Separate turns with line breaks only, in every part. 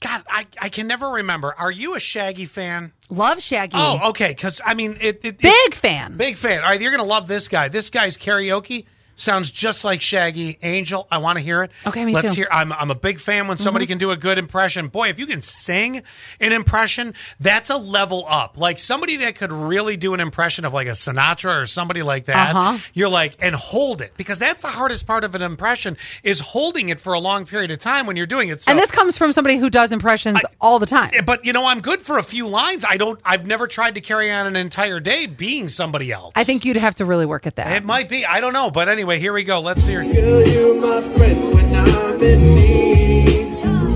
God, I, I can never remember. Are you a Shaggy fan?
Love Shaggy.
Oh, okay. Because I mean, it, it
Big
it's-
fan.
big fan. All right, you're gonna love this guy. This guy's karaoke sounds just like Shaggy Angel. I want to hear it.
Okay, me
Let's
too. Mm-hmm.
hear. I'm I'm a big fan when somebody can do a good impression. Boy, if you can sing an impression, that's a level up. Like somebody that could really do an impression of like a Sinatra or somebody like that.
Uh-huh.
You're like and hold it because that's the hardest part of an impression is holding it for a long period of time when you're doing it. So,
and this comes from somebody who does impressions all the time.
but you know, I'm good for a few lines. I don't. I've never tried to carry on an entire day being somebody else.
I think you'd have to really work at that.
It might be. I don't know. But anyway, here we go. Let's hear. it.
Girl, you my friend when I'm in need.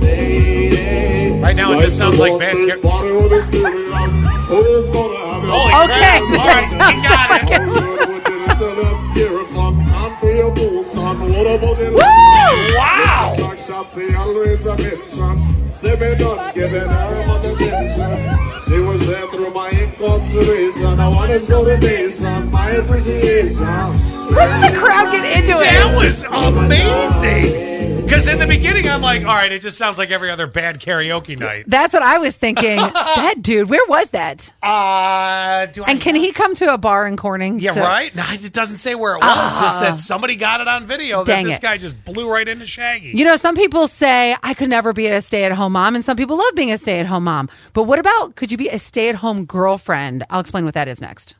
Lady.
Right now, it just sounds like Van. Car- Holy
Okay,
crap. All
that
right, we got it.
Woo!
Wow.
She was there through my incarceration. I wanted show the nation my appreciation.
Listen to the crowd get into
That
it.
was amazing. Because in the beginning, I'm like, all right, it just sounds like every other bad karaoke night.
That's what I was thinking. that dude, where was that?
Uh, do I?
And can he come to a bar in Corning?
yeah,
So- Ah.
right. No, it doesn't say where it was. just that somebody got it on video.
Dang
that this
it.
guy just blew right into Shaggy.
You know, some people say I could never be a stay at home mom, and some people love being a stay at home mom. But what about could you be a stay at home girlfriend? I'll explain what that is next.